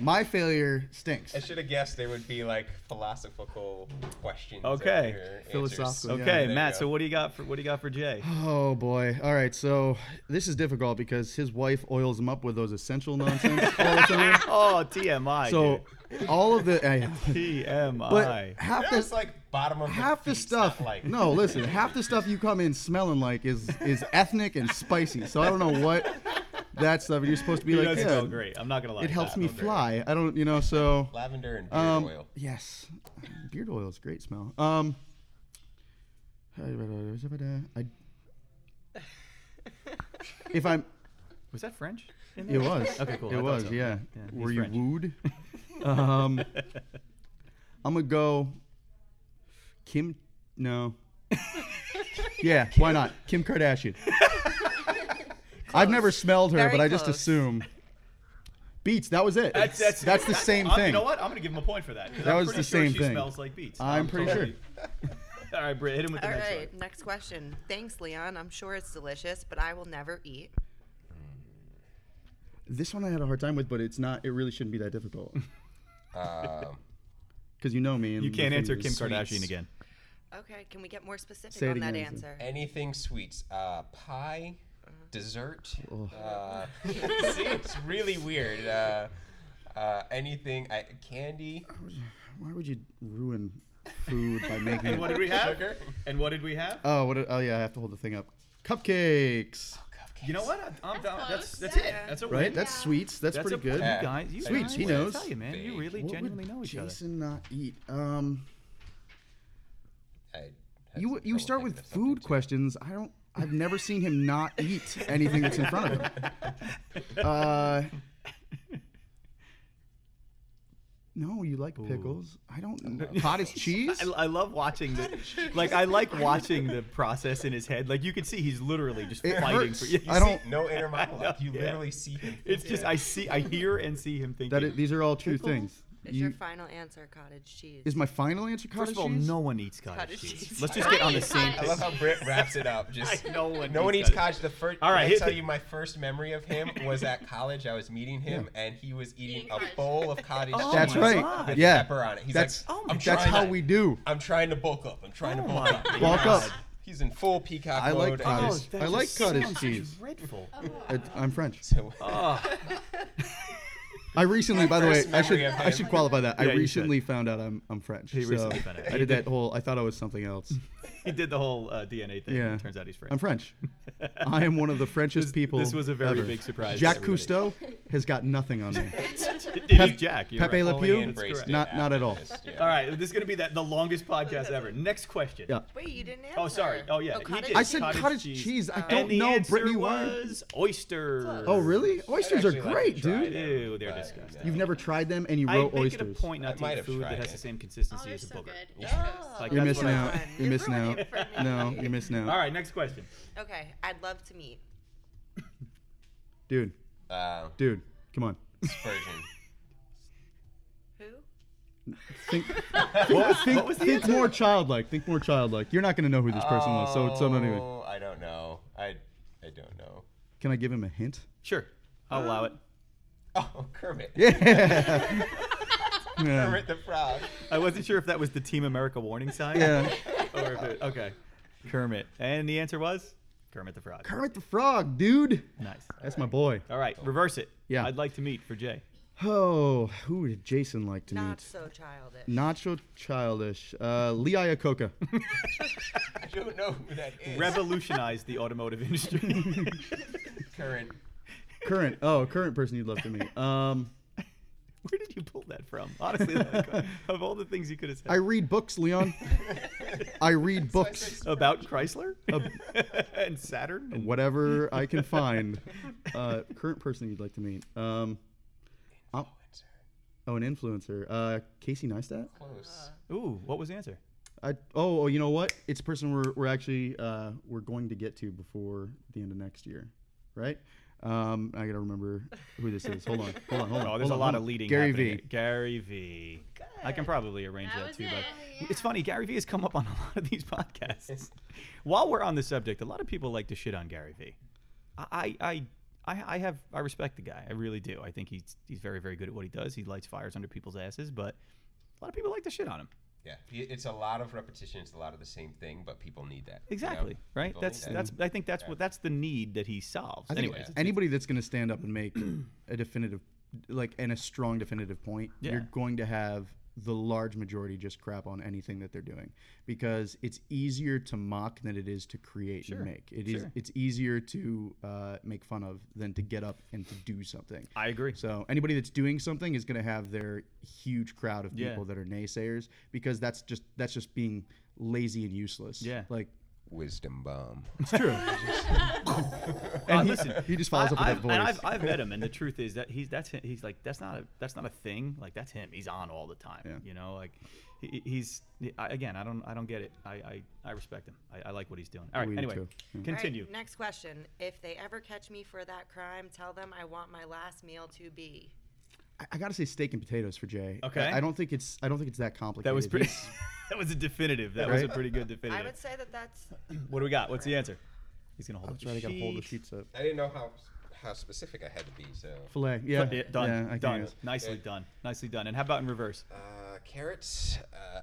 E: My failure stinks.
D: I should have guessed they would be like philosophical questions.
B: Okay.
D: or answers.
E: Philosophical, Yeah,
B: Okay,
D: there you
B: Matt.
D: go.
B: So what do you got for what do you got for Jay?
E: Oh boy. All right. So this is difficult because his wife oils him up with those essential nonsense all the time.
B: oh, TMI.
E: So all of the. I,
B: dude. TMI.
E: but half
D: That's
E: this
D: like bottom of
E: half the
D: feet's
E: stuff.
D: not Like
E: No, listen. Half the stuff you come in smelling like is is ethnic and spicy. So I don't know what that stuff. You're supposed to be
B: he
E: like.
B: does
E: Yeah,
B: smell great. I'm not gonna lie.
E: It helps
B: That Oh,
E: me
B: smells
E: fly. I don't. You know. So.
D: lavender and beard
E: Um,
D: oil.
E: Yes, beard oil is a great smell. Um, I, if I'm,
B: great. Was that French? in
E: it
B: there?
E: was.
B: Okay, cool. I
E: It
B: thought
E: was.
B: so.
E: Yeah.
B: Yeah, he's
E: Were you
B: French.
E: wooed? um, I'm gonna go. Kim, no. yeah, why not? Kim Kardashian. I've never smelled her,
F: Very
E: but I just
F: close.
E: assume. Beats. That was it.
B: That's, that's,
E: the
B: that's-
E: same
B: I'm-
E: thing.
B: You know what? I'm gonna give him a point for that. 'cause
E: That
B: I'm
E: was
B: pretty
E: the
B: sure
E: same
B: she
E: thing.
B: smells like beats.
E: I'm pretty sure.
B: All right, Britt, hit him with the
F: All
B: next
F: right, next question. Thanks, Leon. I'm sure it's delicious, but I will never eat.
E: This one I had a hard time with, but it's not. It really shouldn't be that difficult.
D: Um,
E: Because you know me. And
B: one. You
E: the
B: can't
E: food
B: answer
E: is
B: Kim
E: sweet.
B: Kardashian again.
F: Okay, can we get more specific
E: Say it
F: on that
E: again,
F: answer?
D: anything sweets, uh, pie, dessert. Uh, see, it's really weird. Uh, uh, anything, I, candy,
E: Why would you ruin food by making
B: And what
E: it?
B: did we have?
D: sugar.
B: And what did we have?
E: Oh, what? Oh, yeah, I have to hold the thing up. Cupcakes.
B: You know what? I- I'm down. That's
C: close.
B: that's it.
C: Yeah.
B: That's a
E: Right?
B: win.
E: That's sweets. That's,
B: That's
E: pretty
B: a, You
E: good.
B: guys, you
E: Sweets,
B: guys,
E: he
B: I
E: knows.
B: tell you, man, you
D: Big.
B: really
E: What would
B: genuinely know each other.
E: Jason not eat. Um,
D: I had
E: you
D: some
E: you
D: trouble
E: start
D: thinking
E: with
D: of something
E: food
D: too.
E: questions. I don't. I've never seen him not eat anything that's in front of him. Uh, no, you like pickles. I don't. know. Cottage cheese.
B: I, I love watching the, like I like watching the process in his head. Like you can see, he's literally just
E: It
B: fighting
E: hurts.
B: for. Yeah, you
E: I don't.
D: No inner monologue. You
B: yeah.
D: literally see him.
B: It's just I see, I hear, and see him thinking.
E: That i- these are all true things.
F: Is your
E: You,
F: final answer cottage cheese?
E: is my final answer cottage
B: First of all,
E: cheese?
B: no one eats cottage
F: Cottage
B: cheese.
F: cheese.
B: Let's just get on the same.
D: I love how Britt wraps it up. Just
B: No one.
D: No one eats cottage. The first,
B: All
D: All
B: right,
D: right, I
B: hit
D: tell
B: the-
D: you, my first memory of him was at college. I was meeting him, and he was eating
C: Eating
D: a
C: cottage.
D: bowl of cottage
B: Oh
D: cheese.
E: That's
B: my
E: right.
B: God.
D: With
E: Yeah.
D: pepper on it. He's
E: that's
D: like, I'm
E: that's
D: trying
E: how
D: to-
E: we do.
D: I'm trying to bulk up. I'm trying
B: Oh
D: to
B: my
D: bulk up.
B: God.
E: Bulk up.
D: He's in full peacock
E: I like
D: mode. and
E: cottage.
D: just-
E: Oh, I like cottage cheese.
B: Dreadful.
E: I, I'm French.
D: So,
B: Oh,
E: I recently, by the way,
D: First
E: I should
D: memory of
E: I should
D: him.
E: qualify that.
B: Yeah,
E: I
B: you
E: recently found out I'm I'm French.
B: He
E: so
B: recently found out.
E: I did that whole. I thought I was something else.
B: He did the whole uh, DNA thing.
E: Yeah.
B: and it turns out he's French.
E: I'm French. I am one of the Frenchest people.
B: this was a very
E: ever.
B: big surprise to
E: Jacques
B: everybody.
E: Cousteau has got nothing on me.
B: It is Jack. You're
E: Pepe
B: right.
E: Le
D: fully
E: Pew.
D: embraced
B: That's
D: it
E: Not- not at
D: after
E: all.
D: this, yeah.
B: All right, this is gonna be that the longest podcast ever. Next question.
E: Yeah.
F: Wait, you didn't answer.
B: Oh, sorry. Oh, yeah. he
F: cottage
B: did.
E: I said
F: cheese.
E: cottage cheese. I
B: And
E: don't
B: the
E: know
B: answer
E: Brittany Warren.
B: was oyster.
E: Oh really? Oysters are
D: actually like to
E: great,
D: try
E: dude.
D: it.
B: Ew, they're
D: But,
B: disgusting.
E: You've never tried them and you
B: I
E: wrote
B: make it a
E: oysters.
B: point
D: I
B: not to
D: might
B: eat
D: have
B: food that
D: tried
B: has
D: it.
B: the same
C: Oh,
B: consistency
C: they're
B: as a
C: so
B: booger.
C: good. Oh. Yeah.
B: Like,
E: You're
B: Oh, that's
E: missing
B: what I
E: out.
B: want.
F: want.
E: You're
F: It
E: missing out.
F: ruined it for me.
E: No, you're missing out,
B: All right, next question.
F: Okay, I'd love to meet.
E: dude.
D: Uh,
E: Dude, come on.
D: Spurgeon.
F: Who?
E: Think, think, think more childlike. Think more childlike. You're not gonna know who this person was, so so don't even.
D: Oh, I don't know. I, I don't know.
E: Can I give him a hint?
B: Sure, I'll allow it.
D: Oh, Kermit.
E: Yeah.
D: Kermit the Frog.
B: I wasn't sure if that was the Team America warning sign.
E: yeah.
B: Or if it, okay, Kermit. And the answer was Kermit the Frog.
E: Kermit the Frog, dude.
B: Nice.
E: That's my boy.
B: All right, reverse it.
E: Yeah.
B: I'd like to meet for Jay.
E: Oh, who did Jason like to
F: Not
E: meet?
F: so childish.
E: Nacho childish. Uh, Lee Iacocca.
D: I don't know who that is.
B: Revolutionized the automotive industry.
D: Current.
E: current. Oh, current person you'd love to meet. Um,
B: Where did you pull that from? Honestly, that- of all the things you could have said.
E: I read books, Leon. I read books.
B: about Chrysler and Saturn. and-
E: Whatever I can find. Uh, current person you'd like to meet. Um, I'm- oh, an influencer. Uh, Casey Neistat.
D: Close.
B: Ooh, what was the answer?
E: I, oh, oh, you know what? It's a person we're, we're actually uh, we're going to get to before the end of next year, right? Um, I gotta remember who this is. Hold on, hold on, hold on.
B: Oh,
E: hold
B: there's a
E: on,
B: lot
E: hold
B: of
E: on.
B: leading.
E: Gary
B: happening
E: V.
B: here. Gary V. I can probably arrange
C: That
B: that,
C: was
B: too.
C: it.
B: But
C: Yeah.
B: it's funny. Gary V. has come up on a lot of these podcasts. While we're on the subject, a lot of people like to shit on Gary V. I, I, I- I, I have I respect the guy. I really do. I think he's he's very very good at what he does. He lights fires under people's asses, but a lot of people like the shit on him.
D: Yeah, He- it's a lot of repetition. It's a lot of the same thing, but people need that. you know?
B: Exactly. Right.
D: People need
B: that's
D: that.
B: that's. I think that's what that's the need that he solves.
E: I think
B: Anyways,
E: anybody that's going to stand up and make a definitive, like, and a strong definitive point,
B: Yeah.
E: you're going to have the large majority just crap on anything that they're doing because it's easier to mock than it is to create and make. It is.
B: sure.
E: It's easier to uh, make fun of than to get up and to do something.
B: I agree.
E: So anybody that's doing something is going to have their huge crowd of
B: Yeah.
E: people that are naysayers because that's just that's just being lazy and useless.
B: Yeah.
E: Like
D: wisdom bomb.
E: it's true.
B: Uh,
E: and he,
B: listen,
E: he just follows up with
B: I-
E: that
B: I've-
E: voice.
B: And I've, I've met him, and the truth is that he's that's him. he's like that's not a that's not a thing. Like that's him. He's on all the time. You know, like he, he's I, again. I don't I don't get it. I I, I respect him. I, I like what he's doing. All right.
E: We do
B: anyway,
E: too.
F: All right,
B: continue.
F: next question. If they ever catch me for that crime, tell them I want my last meal to be.
E: I- I gotta say steak and potatoes for Jay. I-
B: Okay.
E: I, don't think it's I don't think it's that complicated.
B: That was pretty.
E: He's-
B: that was a definitive. That was a
E: Right?
B: pretty good
F: I
B: definitive.
F: would say that that's.
B: what do we got? What's the answer? He's gonna hold.
E: I'm
B: up
E: trying to
B: the
E: get a hold of the
B: sheet.
E: sheets up.
D: I didn't know how how specific I had to be. So
E: Filet. Yeah.
B: Yeah, done.
E: Yeah, I can
B: done.
E: guess.
B: Nicely done. Nicely done. And how about in reverse?
D: uh, carrots. Uh,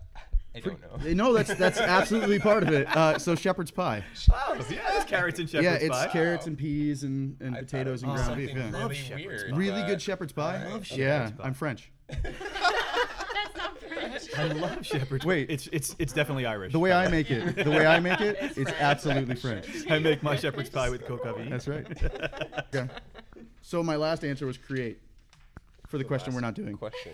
D: I don't know.
E: Uh, No, that's that's absolutely part of it. Uh, so shepherd's pie.
B: Oh, yeah, there's carrots and shepherd's
E: yeah, it's
B: pie.
E: carrots and peas and, and
D: I thought
E: potatoes
D: it
E: and
D: was
E: ground beef.
D: something
E: Yeah.
D: Really weird.
E: Really
D: but-
E: good shepherd's pie.
D: love
E: yeah,
B: shepherd's pie.
E: I'm French.
C: That's not French.
B: I love shepherd's.
E: Wait.
B: it's it's it's definitely Irish.
E: The way I make it, the way I make it, it's absolutely French.
B: I make my shepherd's pie with coca
E: That's right. Okay. So my last answer was create for the question we're not doing.
D: question.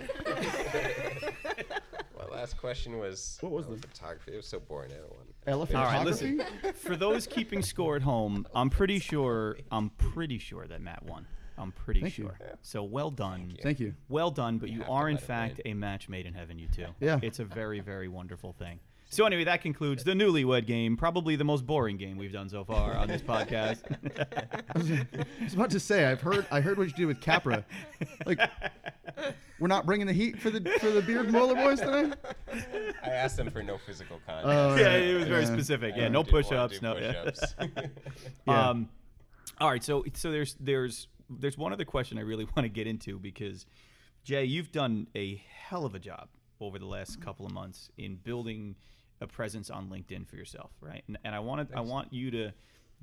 D: My last question was
E: What was
D: oh,
E: the-
D: photography? It was so boring. I don't want.
E: Elephant
B: All right,
E: photography.
B: listen. For those keeping score at home, I'm pretty sure I'm pretty sure that Matt won. I'm pretty
E: Thank you.
B: sure. So well done.
E: Thank you.
B: Well done, but you,
D: have to
B: are in
D: let 'em
B: fact a match made in heaven, you two.
E: Yeah.
B: It's a very, very wonderful thing. So anyway, that concludes the newlywed game, probably the most boring game we've done so far on this podcast.
E: I was about to say I've heard I heard what you did with Capra. Like we're not bringing the heat for the for the beard molar boys today.
D: I asked them for no physical contact.
E: Oh,
B: yeah, it was very
E: Yeah.
B: specific. Yeah,
D: I
B: no
D: didn't wanna do
B: push-ups, no
D: push-ups.
E: Yeah.
B: Um, all right, so so there's there's there's one other question I really want to get into because Jay, you've done a hell of a job over the last couple of months in building a presence on LinkedIn for yourself, right? And, and I want to I want you to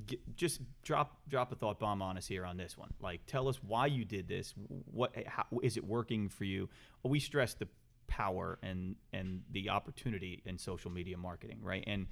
B: get, just drop drop a thought bomb on us here on this one. Like, tell us why you did this. What how, is it working for you? We stressed the power and and the opportunity in social media marketing, right? And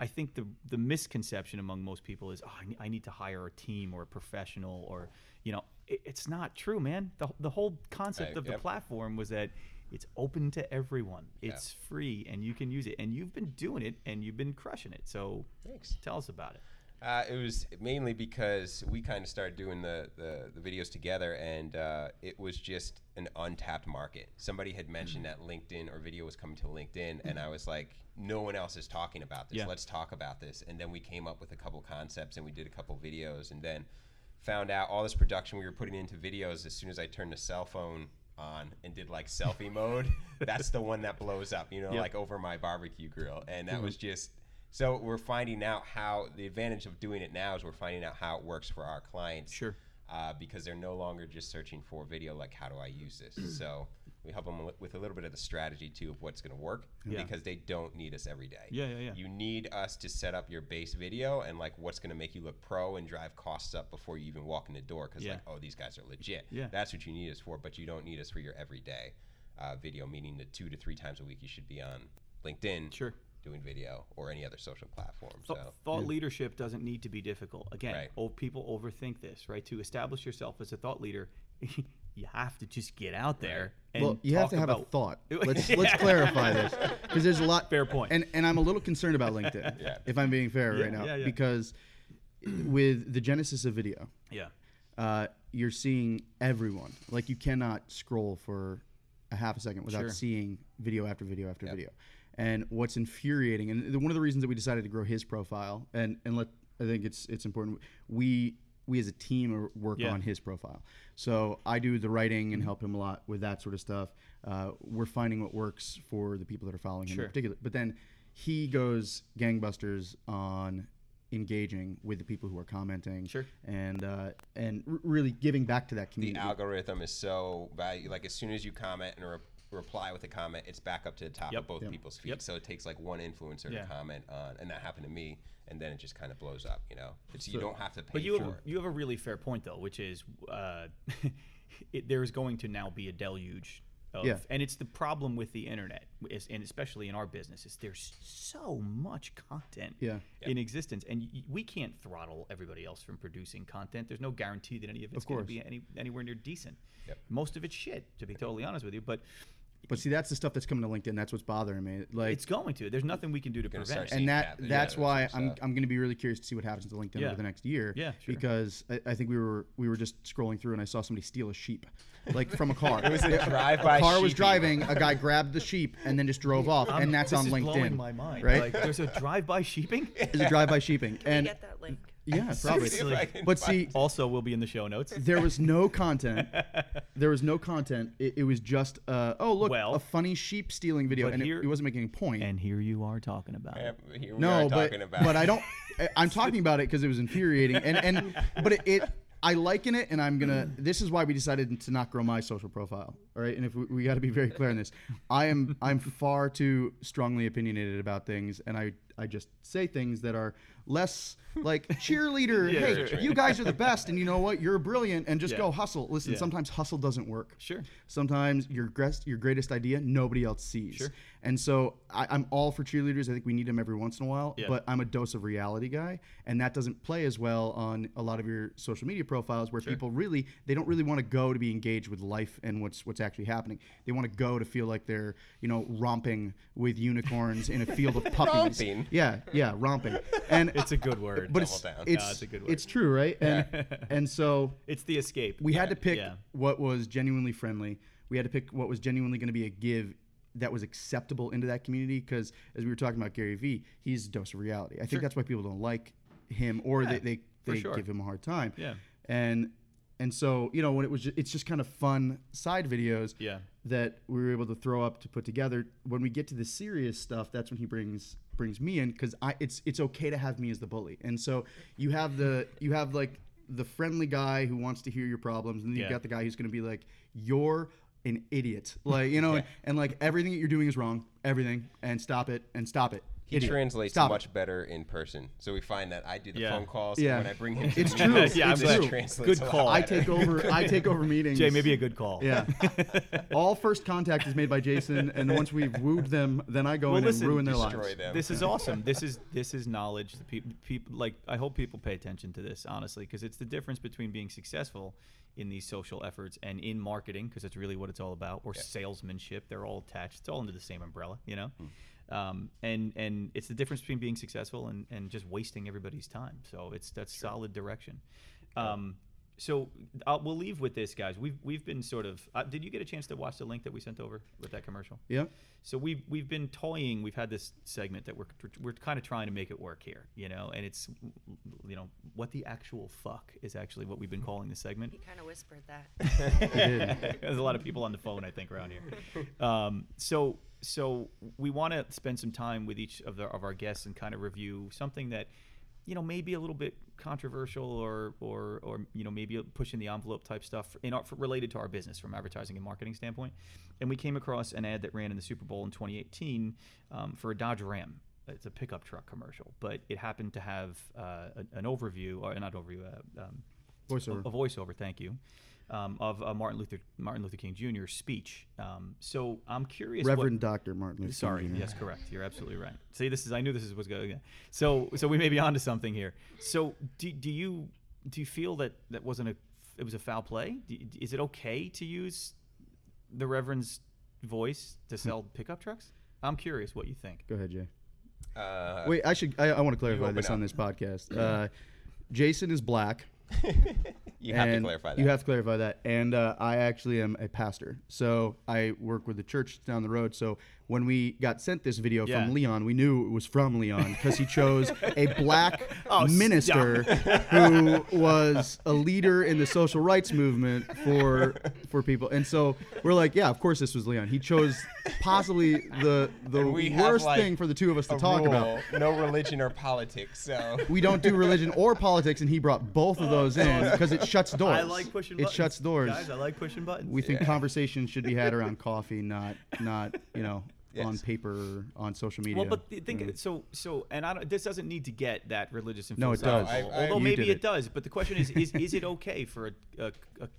B: I think the the misconception among most people is, oh, I, ne- I need to hire a team or a professional or you know, it, it's not true, man. The the whole concept
D: Right,
B: of the
D: yep.
B: platform was that it's open to everyone. It's free and you can use it and you've been doing it and you've been crushing it. So
D: Thanks.
B: tell us about it.
D: Uh, it was mainly because we kind of started doing the, the, the videos together, and uh, it was just an untapped market. Somebody had mentioned that LinkedIn or video was coming to LinkedIn, and I was like, no one else is talking about this.
B: Yeah.
D: Let's talk about this. And then we came up with a couple concepts, and we did a couple videos, and then found out all this production we were putting into videos as soon as I turned the cell phone on and did like selfie mode that's the one that blows up you know
B: Yep. Mm-hmm.
D: like over my barbecue grill and that was just so we're finding out how the advantage of doing it now is we're finding out how it works for our clients.
B: Sure.
D: Uh, because they're no longer just searching for video, like how do I use
B: Mm.
D: this? so we help them with a little bit of the strategy too of what's going to work
B: Yeah.
D: because they don't need us every day.
B: Yeah, yeah, yeah.
D: You need us to set up your base video and like what's going to make you look pro and drive costs up before you even walk in the door because
B: Yeah.
D: like oh these guys are legit.
B: Yeah.
D: That's what you need us for, but you don't need us for your everyday uh, video, meaning the two to three times a week you should be on LinkedIn
B: Sure. Oh.
D: doing video or any other social platform.
B: Th-
D: so
B: thought leadership doesn't need to be difficult. Again,
D: Right.
B: oh, people overthink this, right? To establish yourself as a thought leader, you have to just get out there and
E: Well, you have
B: talk
E: to have a
B: about-
E: thought. Let's let's clarify this because there's a lot.
B: Fair point.
E: And and I'm a little concerned about LinkedIn.
D: Yeah.
E: If I'm being fair
B: Yeah,
E: right now,
B: yeah, yeah.
E: because with the genesis of video,
B: Yeah.
E: uh, you're seeing everyone. Like you cannot scroll for a half a second without
B: Sure.
E: seeing video after video after video. And what's infuriating, and th- one of the reasons that we decided to grow his profile, and and let I think it's it's important. We we as a team are- work
B: Yeah. Mm-hmm.
E: on his profile. So I do the writing and help him a lot with that sort of stuff. Uh, we're finding what works for the people that are following him
B: Sure.
E: in particular. But then he goes gangbusters on engaging with the people who are commenting
B: Sure.
E: and uh, and r- really giving back to that
D: The
E: community.
D: algorithm is so value. Like as soon as you comment and re- reply with a comment, it's back up to the top
B: Yep.
D: of both
E: Yep.
D: people's feeds.
B: Yep.
D: So it takes like one influencer
B: Yeah.
D: to comment on, and that happened to me, and then it just kind of blows up. You know, it's, you don't have to pay
B: But you
D: for
B: have,
D: it.
B: you have a really fair point though, which is uh, it, there is going to now be a deluge. Of,
E: Yeah.
B: And it's the problem with the internet, is, and especially in our business, is there's so much content
E: Yeah.
B: in existence, and y- we can't throttle everybody else from producing content. There's no guarantee that any of it's going to
E: course.
B: be any, anywhere near decent.
D: Yep.
B: Most of it's shit, to be totally honest with you. But
E: But see, that's the stuff that's coming to LinkedIn. That's what's bothering me. Like
B: it's going to. There's nothing we can do to
D: gonna
B: prevent
D: start
B: it.
E: and
D: seeing
E: that
D: that,
E: that's
D: yeah,
E: why
D: that's
E: I'm,
D: what's up.
E: I'm going to be really curious to see what happens to LinkedIn
B: Yeah.
E: over the next year.
B: Yeah, sure.
E: Because I, I think we were we were just scrolling through and I saw somebody steal a sheep, like from a car. it was
D: a drive-by
E: car was
D: sheepy.
E: driving. A guy grabbed the sheep and then just drove off,
B: I'm-
E: and that's
B: this
E: on
B: is
E: LinkedIn.
B: blowing my mind.
E: right?
B: Like, there's a drive-by sheeping.
E: It's a drive-by sheeping,
F: Can
E: and
F: we get that link.
E: yeah, probably.
B: Seriously.
E: But see,
B: Also, will be in the show notes.
E: there was no content. There was no content. It, it was just, uh, oh look,
B: Well-
E: a funny sheep stealing video,
B: But
E: and it-
B: here-
E: it, wasn't making a point.
B: And here you are talking about it.
D: Here we
E: No,
D: are
E: but
D: talking about
E: but I don't. I- I'm talking about it because it was infuriating, and and but it, it I liken it, and I'm gonna. This is why we decided to not grow my social profile. All right, and if we, we got to be very clear on this, I am I'm far too strongly opinionated about things, and I I just say things that are less like cheerleader. hey,
B: sure, sure.
E: you guys are the best, and you know what? You're brilliant, and just
B: Yeah.
E: go hustle. Listen,
B: Yeah.
E: sometimes hustle doesn't work.
B: Sure.
E: Sometimes your greatest your greatest idea nobody else sees.
B: Sure.
E: And so I, I'm all for cheerleaders. I think we need them every once in a while.
B: Yeah.
E: But I'm a dose of reality guy, and that doesn't play as well on a lot of your social media profiles where people really they don't really want to go to be engaged with life and what's what's actually happening. They want to go to feel like they're you know romping with unicorns in a field of puppies.
D: Romping.
E: Yeah, yeah, romping. And
B: It's a good word.
E: but it's
D: down.
E: it's,
B: No, it's a good word.
E: it's true, right? And and so
B: It's the escape.
E: we had to pick
B: Yeah.
E: what was genuinely friendly. We had to pick what was genuinely going to be a give that was acceptable into that community. Because as we were talking about Gary Vee, he's a dose of reality. I think that's why people don't like him or
B: Yeah,
E: they
B: for
E: they, they
B: sure.
E: give him a hard time.
B: Yeah.
E: And and so you know when it was ju- it's just kind of fun side videos.
B: Yeah.
E: That we were able to throw up to put together. When we get to the serious stuff, that's when he brings brings me in because I it's it's okay to have me as the bully. And so you have the you have like the friendly guy who wants to hear your problems, and then
B: Yeah.
E: you've got the guy who's going to be like, "You're an idiot," like you know, and, and like everything that you're doing is wrong, everything, and stop it, and stop it.
D: He
E: Idiot.
D: translates
E: Stop it."
D: much better in person, so we find that I do the
B: Yeah.
D: phone calls.
E: Yeah.
D: and when I bring him, to
E: It's
D: the
E: true.
D: meetings,
E: Yeah, I'm
D: that
E: true.
D: translates
B: Good
D: a lot
B: call.
E: I
D: better.
E: take over. I take over meetings.
B: Jay, maybe a good call.
E: Yeah. All first contact is made by Jason, and once we've wooed them, then I go
B: Well,
E: in
B: listen,
E: and ruin their
D: destroy
E: lives.
D: them.
B: This is awesome. This is this is knowledge. The people, people like I hope people pay attention to this honestly because it's the difference between being successful in these social efforts and in marketing because it's really what it's all about or salesmanship. They're all attached. It's all under the same umbrella, you know. Um, and and it's the difference between being successful and, and just wasting everybody's time. So it's that's solid direction. Um, so I'll, we'll leave with this, guys. We've we've been sort of. Uh, did you get a chance to watch the link that we sent over with that commercial?
E: Yeah.
B: So we've we've been toying. We've had this segment that we're we're kind of trying to make it work here, you know. And it's you know what the actual fuck is actually what we've been calling the segment.
F: He kind of whispered that.
B: There's a lot of people on the phone, I think, around here. Um, so, so we want to spend some time with each of, the, of our guests and kind of review something that, you know, maybe a little bit controversial or, or, or you know, maybe pushing the envelope type stuff in our, related to our business from advertising and marketing standpoint. And we came across an ad that ran in the Super Bowl in 2018 um, for a Dodge Ram. It's a pickup truck commercial, but it happened to have uh, an- an overview, or not overview, uh, um,
E: Voiceover.
B: a voiceover. Thank you, um, of uh, Martin Luther Martin Luther King Jr. speech. Um, so I'm curious. what-
E: Reverend Doctor Martin Luther. King
B: Sorry.
E: Jr.
B: Yes, correct. You're absolutely right. See, this is. I knew this is what's going. on. So, so we may be onto something here. So, do, do you do you feel that that wasn't a it was a foul play? Do, is it okay to use the Reverend's voice to
E: Hmm.
B: sell pickup trucks? I'm curious what you think.
E: Go ahead, Jay.
D: Uh,
E: Wait, I should. I, I want to
B: Mm-hmm.
E: clarify
D: open
E: this on
D: up.
E: this podcast. Uh, Jason is black.
D: You have to
E: and
D: clarify
E: You
D: that.
E: have to clarify that. And uh, I actually am a pastor, so I work with the church down the road. So when we got sent this video
B: Yeah.
E: from Leon, we knew it was from Leon because he chose a black
B: Oh,
E: minister who was a leader in the social rights movement for for people. And so we're like, yeah, of course this was Leon. He chose possibly the the
D: And we have,
E: worst
D: like,
E: thing for the two of us to
D: A
E: talk about.
D: rule, no religion or politics. So
E: We don't do religion or politics, and he brought both of those in because it shuts doors.
B: I like pushing.
E: It
B: buttons.
E: shuts doors.
B: Guys, I like pushing buttons.
E: We think conversations should be had around coffee, not not you know on
D: Yes.
E: paper or on social media.
B: Well, but th- think so. So, and I don't, this doesn't need to get that religious and
E: Mm. No, it
B: philosophical,
D: No,
E: does.
D: I- I-
B: although
E: You
B: maybe
E: did
B: it.
E: it.
B: does. But the question is: is is it okay for a, a,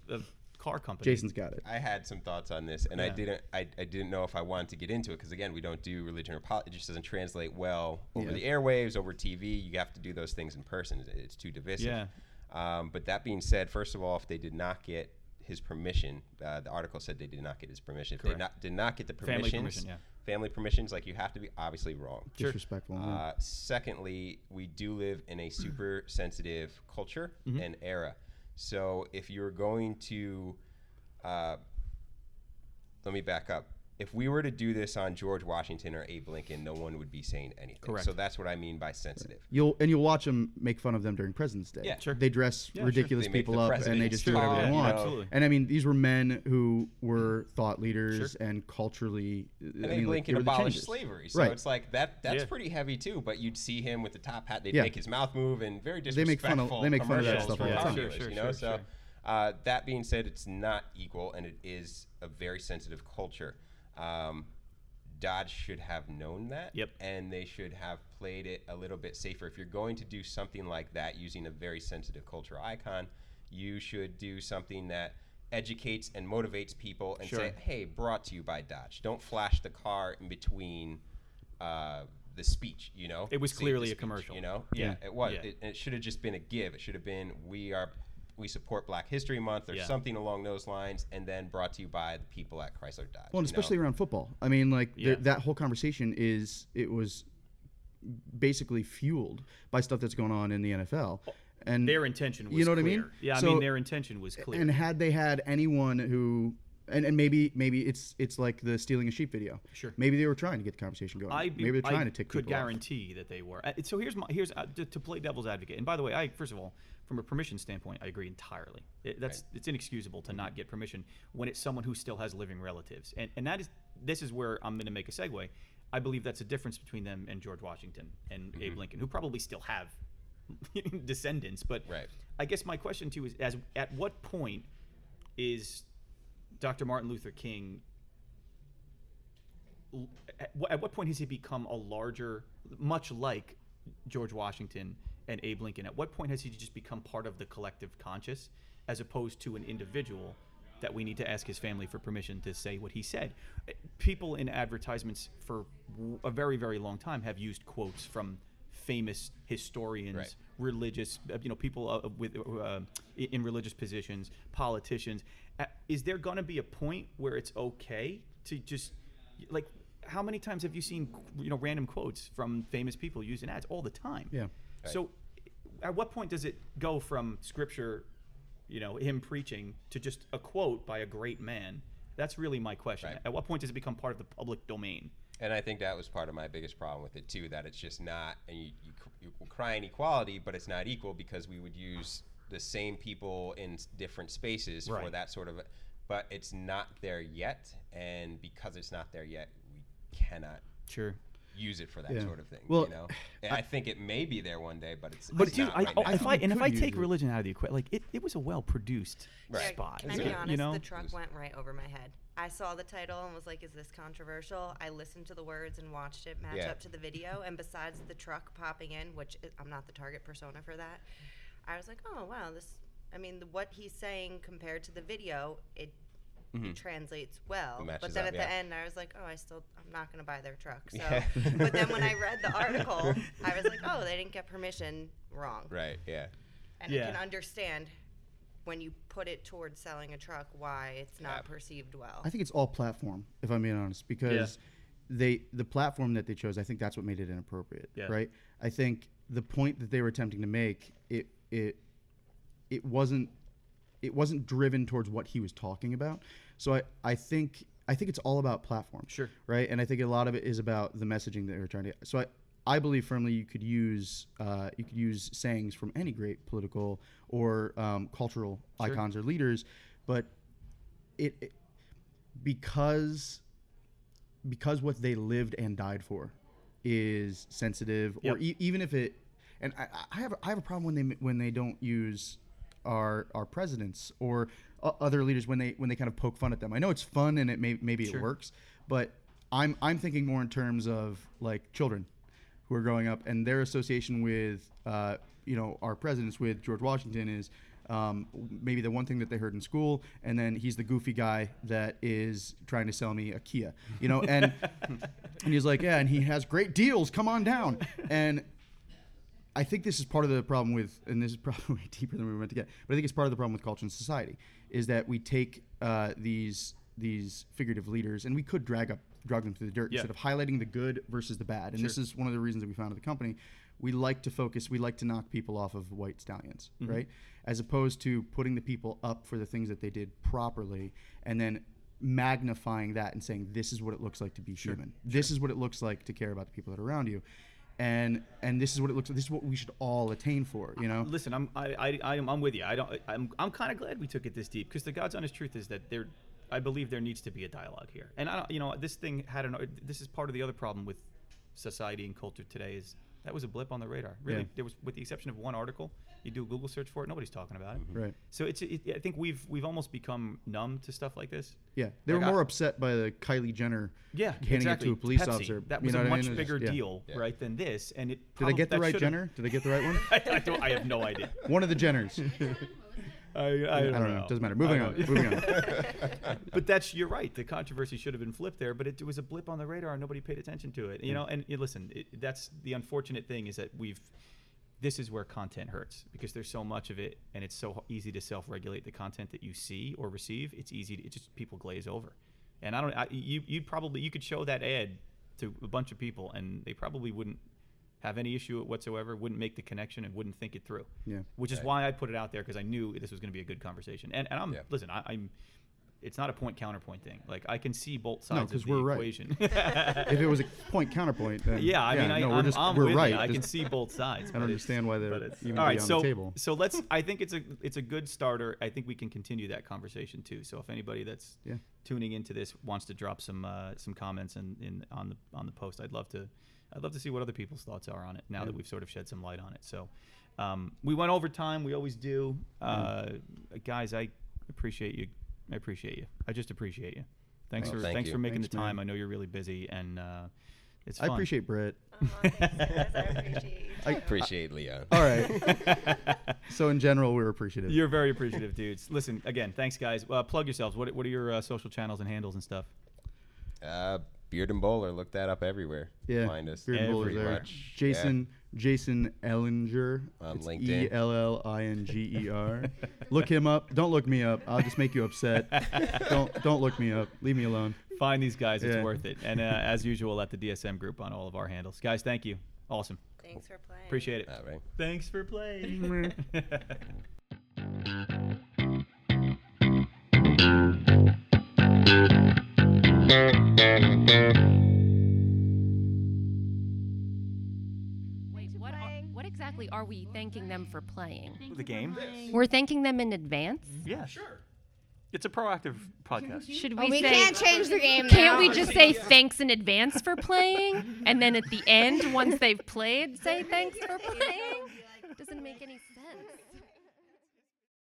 B: a, a car company?
E: Jason's got it.
D: I had some thoughts on this, and I
B: Yeah.
D: didn't. I, I didn't know if I wanted to get into it because again, we don't do religion or politics. It just doesn't translate well over
E: Yeah.
D: the airwaves, over TV. You have to do those things in person. It's too divisive.
B: Yeah.
D: Um, but that being said, first of all, if they did not get his permission, uh, the article said they did not get his permission. If they
B: Correct.
D: not, did not get the
B: Family
D: permissions,
B: permission, yeah.
D: family permissions, like you have to be obviously wrong.
E: Disrespectful. yeah.
D: Uh, secondly, we do live in a super sensitive culture
E: Mm-hmm.
D: and era. So if you're going to, uh, let me back up. If we were to do this on George Washington or Abe Lincoln, no one would be saying anything.
B: Correct.
D: So that's what I mean by sensitive.
E: You'll and you'll watch them make fun of them during President's Day.
D: Yeah.
B: Sure.
E: They dress
B: sure.
E: ridiculous
D: They make
E: people
D: the
E: up and they
D: presidents
E: just do whatever
D: tall,
E: they
D: you
E: want.
D: know.
B: Absolutely.
E: And I mean, these were men who were thought leaders and culturally. I
D: And
E: mean,
D: Abe
E: like, they
D: Lincoln
E: were the
D: abolished
E: changes.
D: slavery. So
E: Right.
D: it's like that that's
B: Yeah.
D: pretty heavy too, but you'd see him with the top hat, they'd
E: Yeah.
D: make his mouth move and very
E: They make fun of-
D: disrespectful.
E: they make fun of that
D: commercials
E: stuff
D: for
E: all the
D: car
E: time.
B: Sure,
D: dealers,
B: sure,
D: you know?
B: sure,
D: so
B: sure.
D: Uh, that being said, it's not equal, and it is a very sensitive culture. Um, Dodge should have known that,
B: Yep.
D: and they should have played it a little bit safer. If you're going to do something like that using a very sensitive cultural icon, you should do something that educates and motivates people and say, "Hey, brought to you by Dodge." Don't flash the car in between uh, the speech. You know,
B: It was
D: Save the
B: clearly a
D: speech,
B: commercial.
D: You know, yeah, it was.
B: Yeah.
D: It, it should have just been a give. It should have been we are we support Black History Month or
B: Yeah.
D: something along those lines, and then brought to you by the people at Chrysler Dodge.
E: Well, and
D: you know?
E: especially around football. I mean, like th-
B: Yeah.
E: that whole conversation is it was basically fueled by stuff that's going on in the NFL.
B: Oh,
E: And
B: Their intention was
E: You know what I mean?
B: clear. Yeah, I
E: So-
B: mean their intention was clear.
E: and had they had anyone who and, and maybe maybe it's it's like the stealing a sheep video.
B: Sure.
E: Maybe they were trying to get the conversation going.
B: I
E: maybe they're trying
B: I
E: to tick
B: could
E: people off.
B: guarantee that they were. Uh, So here's my here's uh, to, to play devil's advocate. And by the way, I first of all, from a permission standpoint, I agree entirely. It, that's it's inexcusable to not get permission when it's someone who still has living relatives. And and that is this is where I'm going to make a segue. I believe that's a difference between them and George Washington and Abe Lincoln, who probably still have descendants. But
D: Right.
B: I guess my question to you is, as at what point is Dr. Martin Luther King l- at wh- at what point has he become a larger, much like George Washington and Abe Lincoln? At what point has he just become part of the collective conscious as opposed to an individual that we need to ask his family for permission to say what he said? Uh, People in advertisements for w- a very, very long time have used quotes from famous historians,
D: Right.
B: religious, uh, you know, people uh, with uh, in in religious positions, politicians. Uh, Is there going to be a point where it's okay to just like how many times have you seen you know random quotes from famous people used in ads all the time
E: Yeah.
B: so at what point does it go from scripture you know him preaching to just a quote by a great man that's really my question
D: Right.
B: at what point does it become part of the public domain
D: And I think that was part of my biggest problem with it too, that it's just not, and you, you, cr- you cry inequality, but it's not equal because we would use the same people in s- different spaces for
B: Right.
D: that sort of, but it's not there yet. And because it's not there yet, we cannot
B: sure
D: use it for that
E: Yeah.
D: sort of thing,
E: Well,
D: you know? And I, think it may be there one day, but it's,
B: but
D: it's
B: dude
D: not
B: I,
D: right
B: oh,
D: now.
B: if I,
E: You
B: and if i
E: could
B: take
E: use it.
B: religion out of the equation like it, it was a well produced
D: Right.
B: spot
F: Can I
D: It's
F: be
D: good.
F: honest?
B: you know
F: The truck went right over my head. I saw the title and was like, "Is this controversial?" I listened to the words and watched it match
D: Yeah.
F: up to the video. And besides the truck popping in, which i I'm not the target persona for that, I was like, "Oh wow, this." I mean, the, what he's saying compared to the video, it, it translates well.
D: Mm-hmm. It
F: but
D: matches
F: then
D: up,
F: at
D: yeah.
F: the end, I was like, "Oh, I still, I'm not going to buy their truck." So,
D: Yeah.
F: but then when I read the article, I was like, "Oh, they didn't get permission. Wrong."
D: Right, yeah.
F: and I can
B: Yeah.
F: understand when you put it towards selling a truck why it's not
D: Yeah.
F: perceived well.
E: I think it's all platform, if I'm being honest, because they the platform that they chose, I think that's what made it inappropriate,
B: Yeah.
E: right? I think the point that they were attempting to make, it it it wasn't it wasn't driven towards what he was talking about. So I, I think I think it's all about platform.
B: Sure.
E: Right. And I think a lot of it is about the messaging that they're trying to. So I, I believe firmly you could use uh, you could use sayings from any great political or um, cultural icons or leaders, but it, it because because what they lived and died for is sensitive, or
B: Yep.
E: e- even if it, and I, I have I have a problem when they when they don't use our our presidents or o- other leaders when they when they kind of poke fun at them. I know it's fun and it may maybe it works, but I'm I'm thinking more in terms of like children who are growing up and their association with uh, you know our presidents with George Washington is um, maybe the one thing that they heard in school, and then he's the goofy guy that is trying to sell me a Kia, you know, and and he's like, yeah, and he has great deals. Come on down, and I think this is part of the problem with, and this is probably way deeper than we were meant to get, but I think it's part of the problem with culture and society is that we take uh, these these figurative leaders and we could drag up drag them through the dirt
B: Yeah.
E: instead of highlighting the good versus the bad. And this is one of the reasons that we founded the company. We like to focus. We like to knock people off of white stallions,
B: Mm-hmm.
E: right? As opposed to putting the people up for the things that they did properly, and then magnifying that and saying this is what it looks like to be human. This is what it looks like to care about the people that are around you and and this is what it looks like. This is what we should all attain for. You know,
B: Listen, I'm I, I I'm, I'm with you. I don't. I'm I'm kind of glad we took it this deep because the God's honest truth is that there, I believe there needs to be a dialogue here. And I don't. You know, this thing had an. This is part of the other problem with society and culture today is that was a blip on the radar. Really,
E: Yeah.
B: there was, with the exception of one article, you do a Google search for it, nobody's talking about it.
E: Right.
B: So it's. It, I think we've we've almost become numb to stuff like this.
E: yeah, they were
B: Like, I-
E: more upset by the Kylie Jenner
B: Yeah,
E: handing
B: exactly.
E: it to a police
B: Pepsi,
E: officer.
B: That
E: you
B: was
E: know
B: a
E: what I
B: much
E: mean? It was-
B: bigger
E: yeah.
B: deal,
D: Yeah.
B: right? Than this, and it.
E: Did I
B: probab-
E: get the
B: that
E: right
B: should've-
E: Jenner? Did I get the right one?
B: I, I don't, I have no idea.
E: one of the Jenners.
B: I, I, don't,
E: I don't know. Doesn't matter. Moving
B: I
E: on.
B: don't know.
E: Moving on.
B: but that's you're right. The controversy should have been flipped there, but it, was a blip on the radar, and nobody paid attention to it. You know, and you listen, it, that's the unfortunate thing is that we've. This is where content hurts because there's so much of it, and it's so easy to self-regulate the content that you see or receive. It's easy. To, it just people glaze over, and I don't. I, you you'd probably you could show that ad to a bunch of people, and they probably wouldn't have any issue whatsoever, wouldn't make the connection, and wouldn't think it through.
E: Yeah.
B: Which is why I put it out there because I knew this was going to be a good conversation. And and I'm
D: Yeah.
B: listen, I, I'm. It's not a point counterpoint thing. Like I can see both sides
E: 'cause
B: of the
E: we're right.
B: equation.
E: If it was a point counterpoint, then
B: yeah, I mean, I,
E: no,
B: I'm,
E: we're just
B: I'm
E: we're
B: with
E: right.
B: You. I can
E: Just-
B: see both sides.
E: I don't understand why they're even
B: All
E: be
B: right,
E: on
B: so
E: the table.
B: so let's. I think it's a it's a good starter. I think we can continue that conversation too. So if anybody that's
E: Yeah.
B: tuning into this wants to drop some uh, some comments in, in on the on the post, I'd love to I'd love to see what other people's thoughts are on it now that we've sort of shed some light on it. So um, we went over time. We always do, uh, guys. I appreciate you. I appreciate you. I just appreciate you. Thanks
D: Well,
B: for
D: thank
B: thanks
D: you.
B: for making
E: Thanks,
B: the time. I
E: man.
B: know you're really busy and. Uh, it's
E: I
B: fun.
E: appreciate Brett.
F: Oh, thanks, guys. I appreciate you.
E: I-
F: too.
D: Appreciate Leon.
E: All right. so in general, we're appreciative.
B: You're very appreciative, dudes. Listen, again, thanks, guys. Uh, plug yourselves. What, what are your uh, social channels and handles and stuff?
D: Uh, Beard and Bowler. Look that up everywhere.
E: yeah,
D: Find us.
E: Beard and Bowl is
D: Pretty
E: there.
D: much. Yeah.
E: Jason Jason Ellinger
D: On
E: It's
D: LinkedIn.
E: E L L I N G E R. look him up. Don't look me up. I'll just make you upset. don't don't look me up. Leave me alone.
B: Find these guys. It's
E: Yeah.
B: worth it. And uh, as usual, at the DSM group on all of our handles. Guys, thank you. Awesome.
F: Thanks for playing.
B: Appreciate it.
D: All right.
B: Thanks for playing.
C: Wait, what, are, what exactly are we thanking them for playing?
B: the game?
C: We're thanking them in advance?
B: Yeah. Sure. It's a proactive podcast.
C: Should we,
A: Oh, we
C: say,
A: can't change the game.
C: Can't
A: now.
C: we just say thanks in advance for playing? And then at the end, once they've played, say thanks for playing? Doesn't make any sense.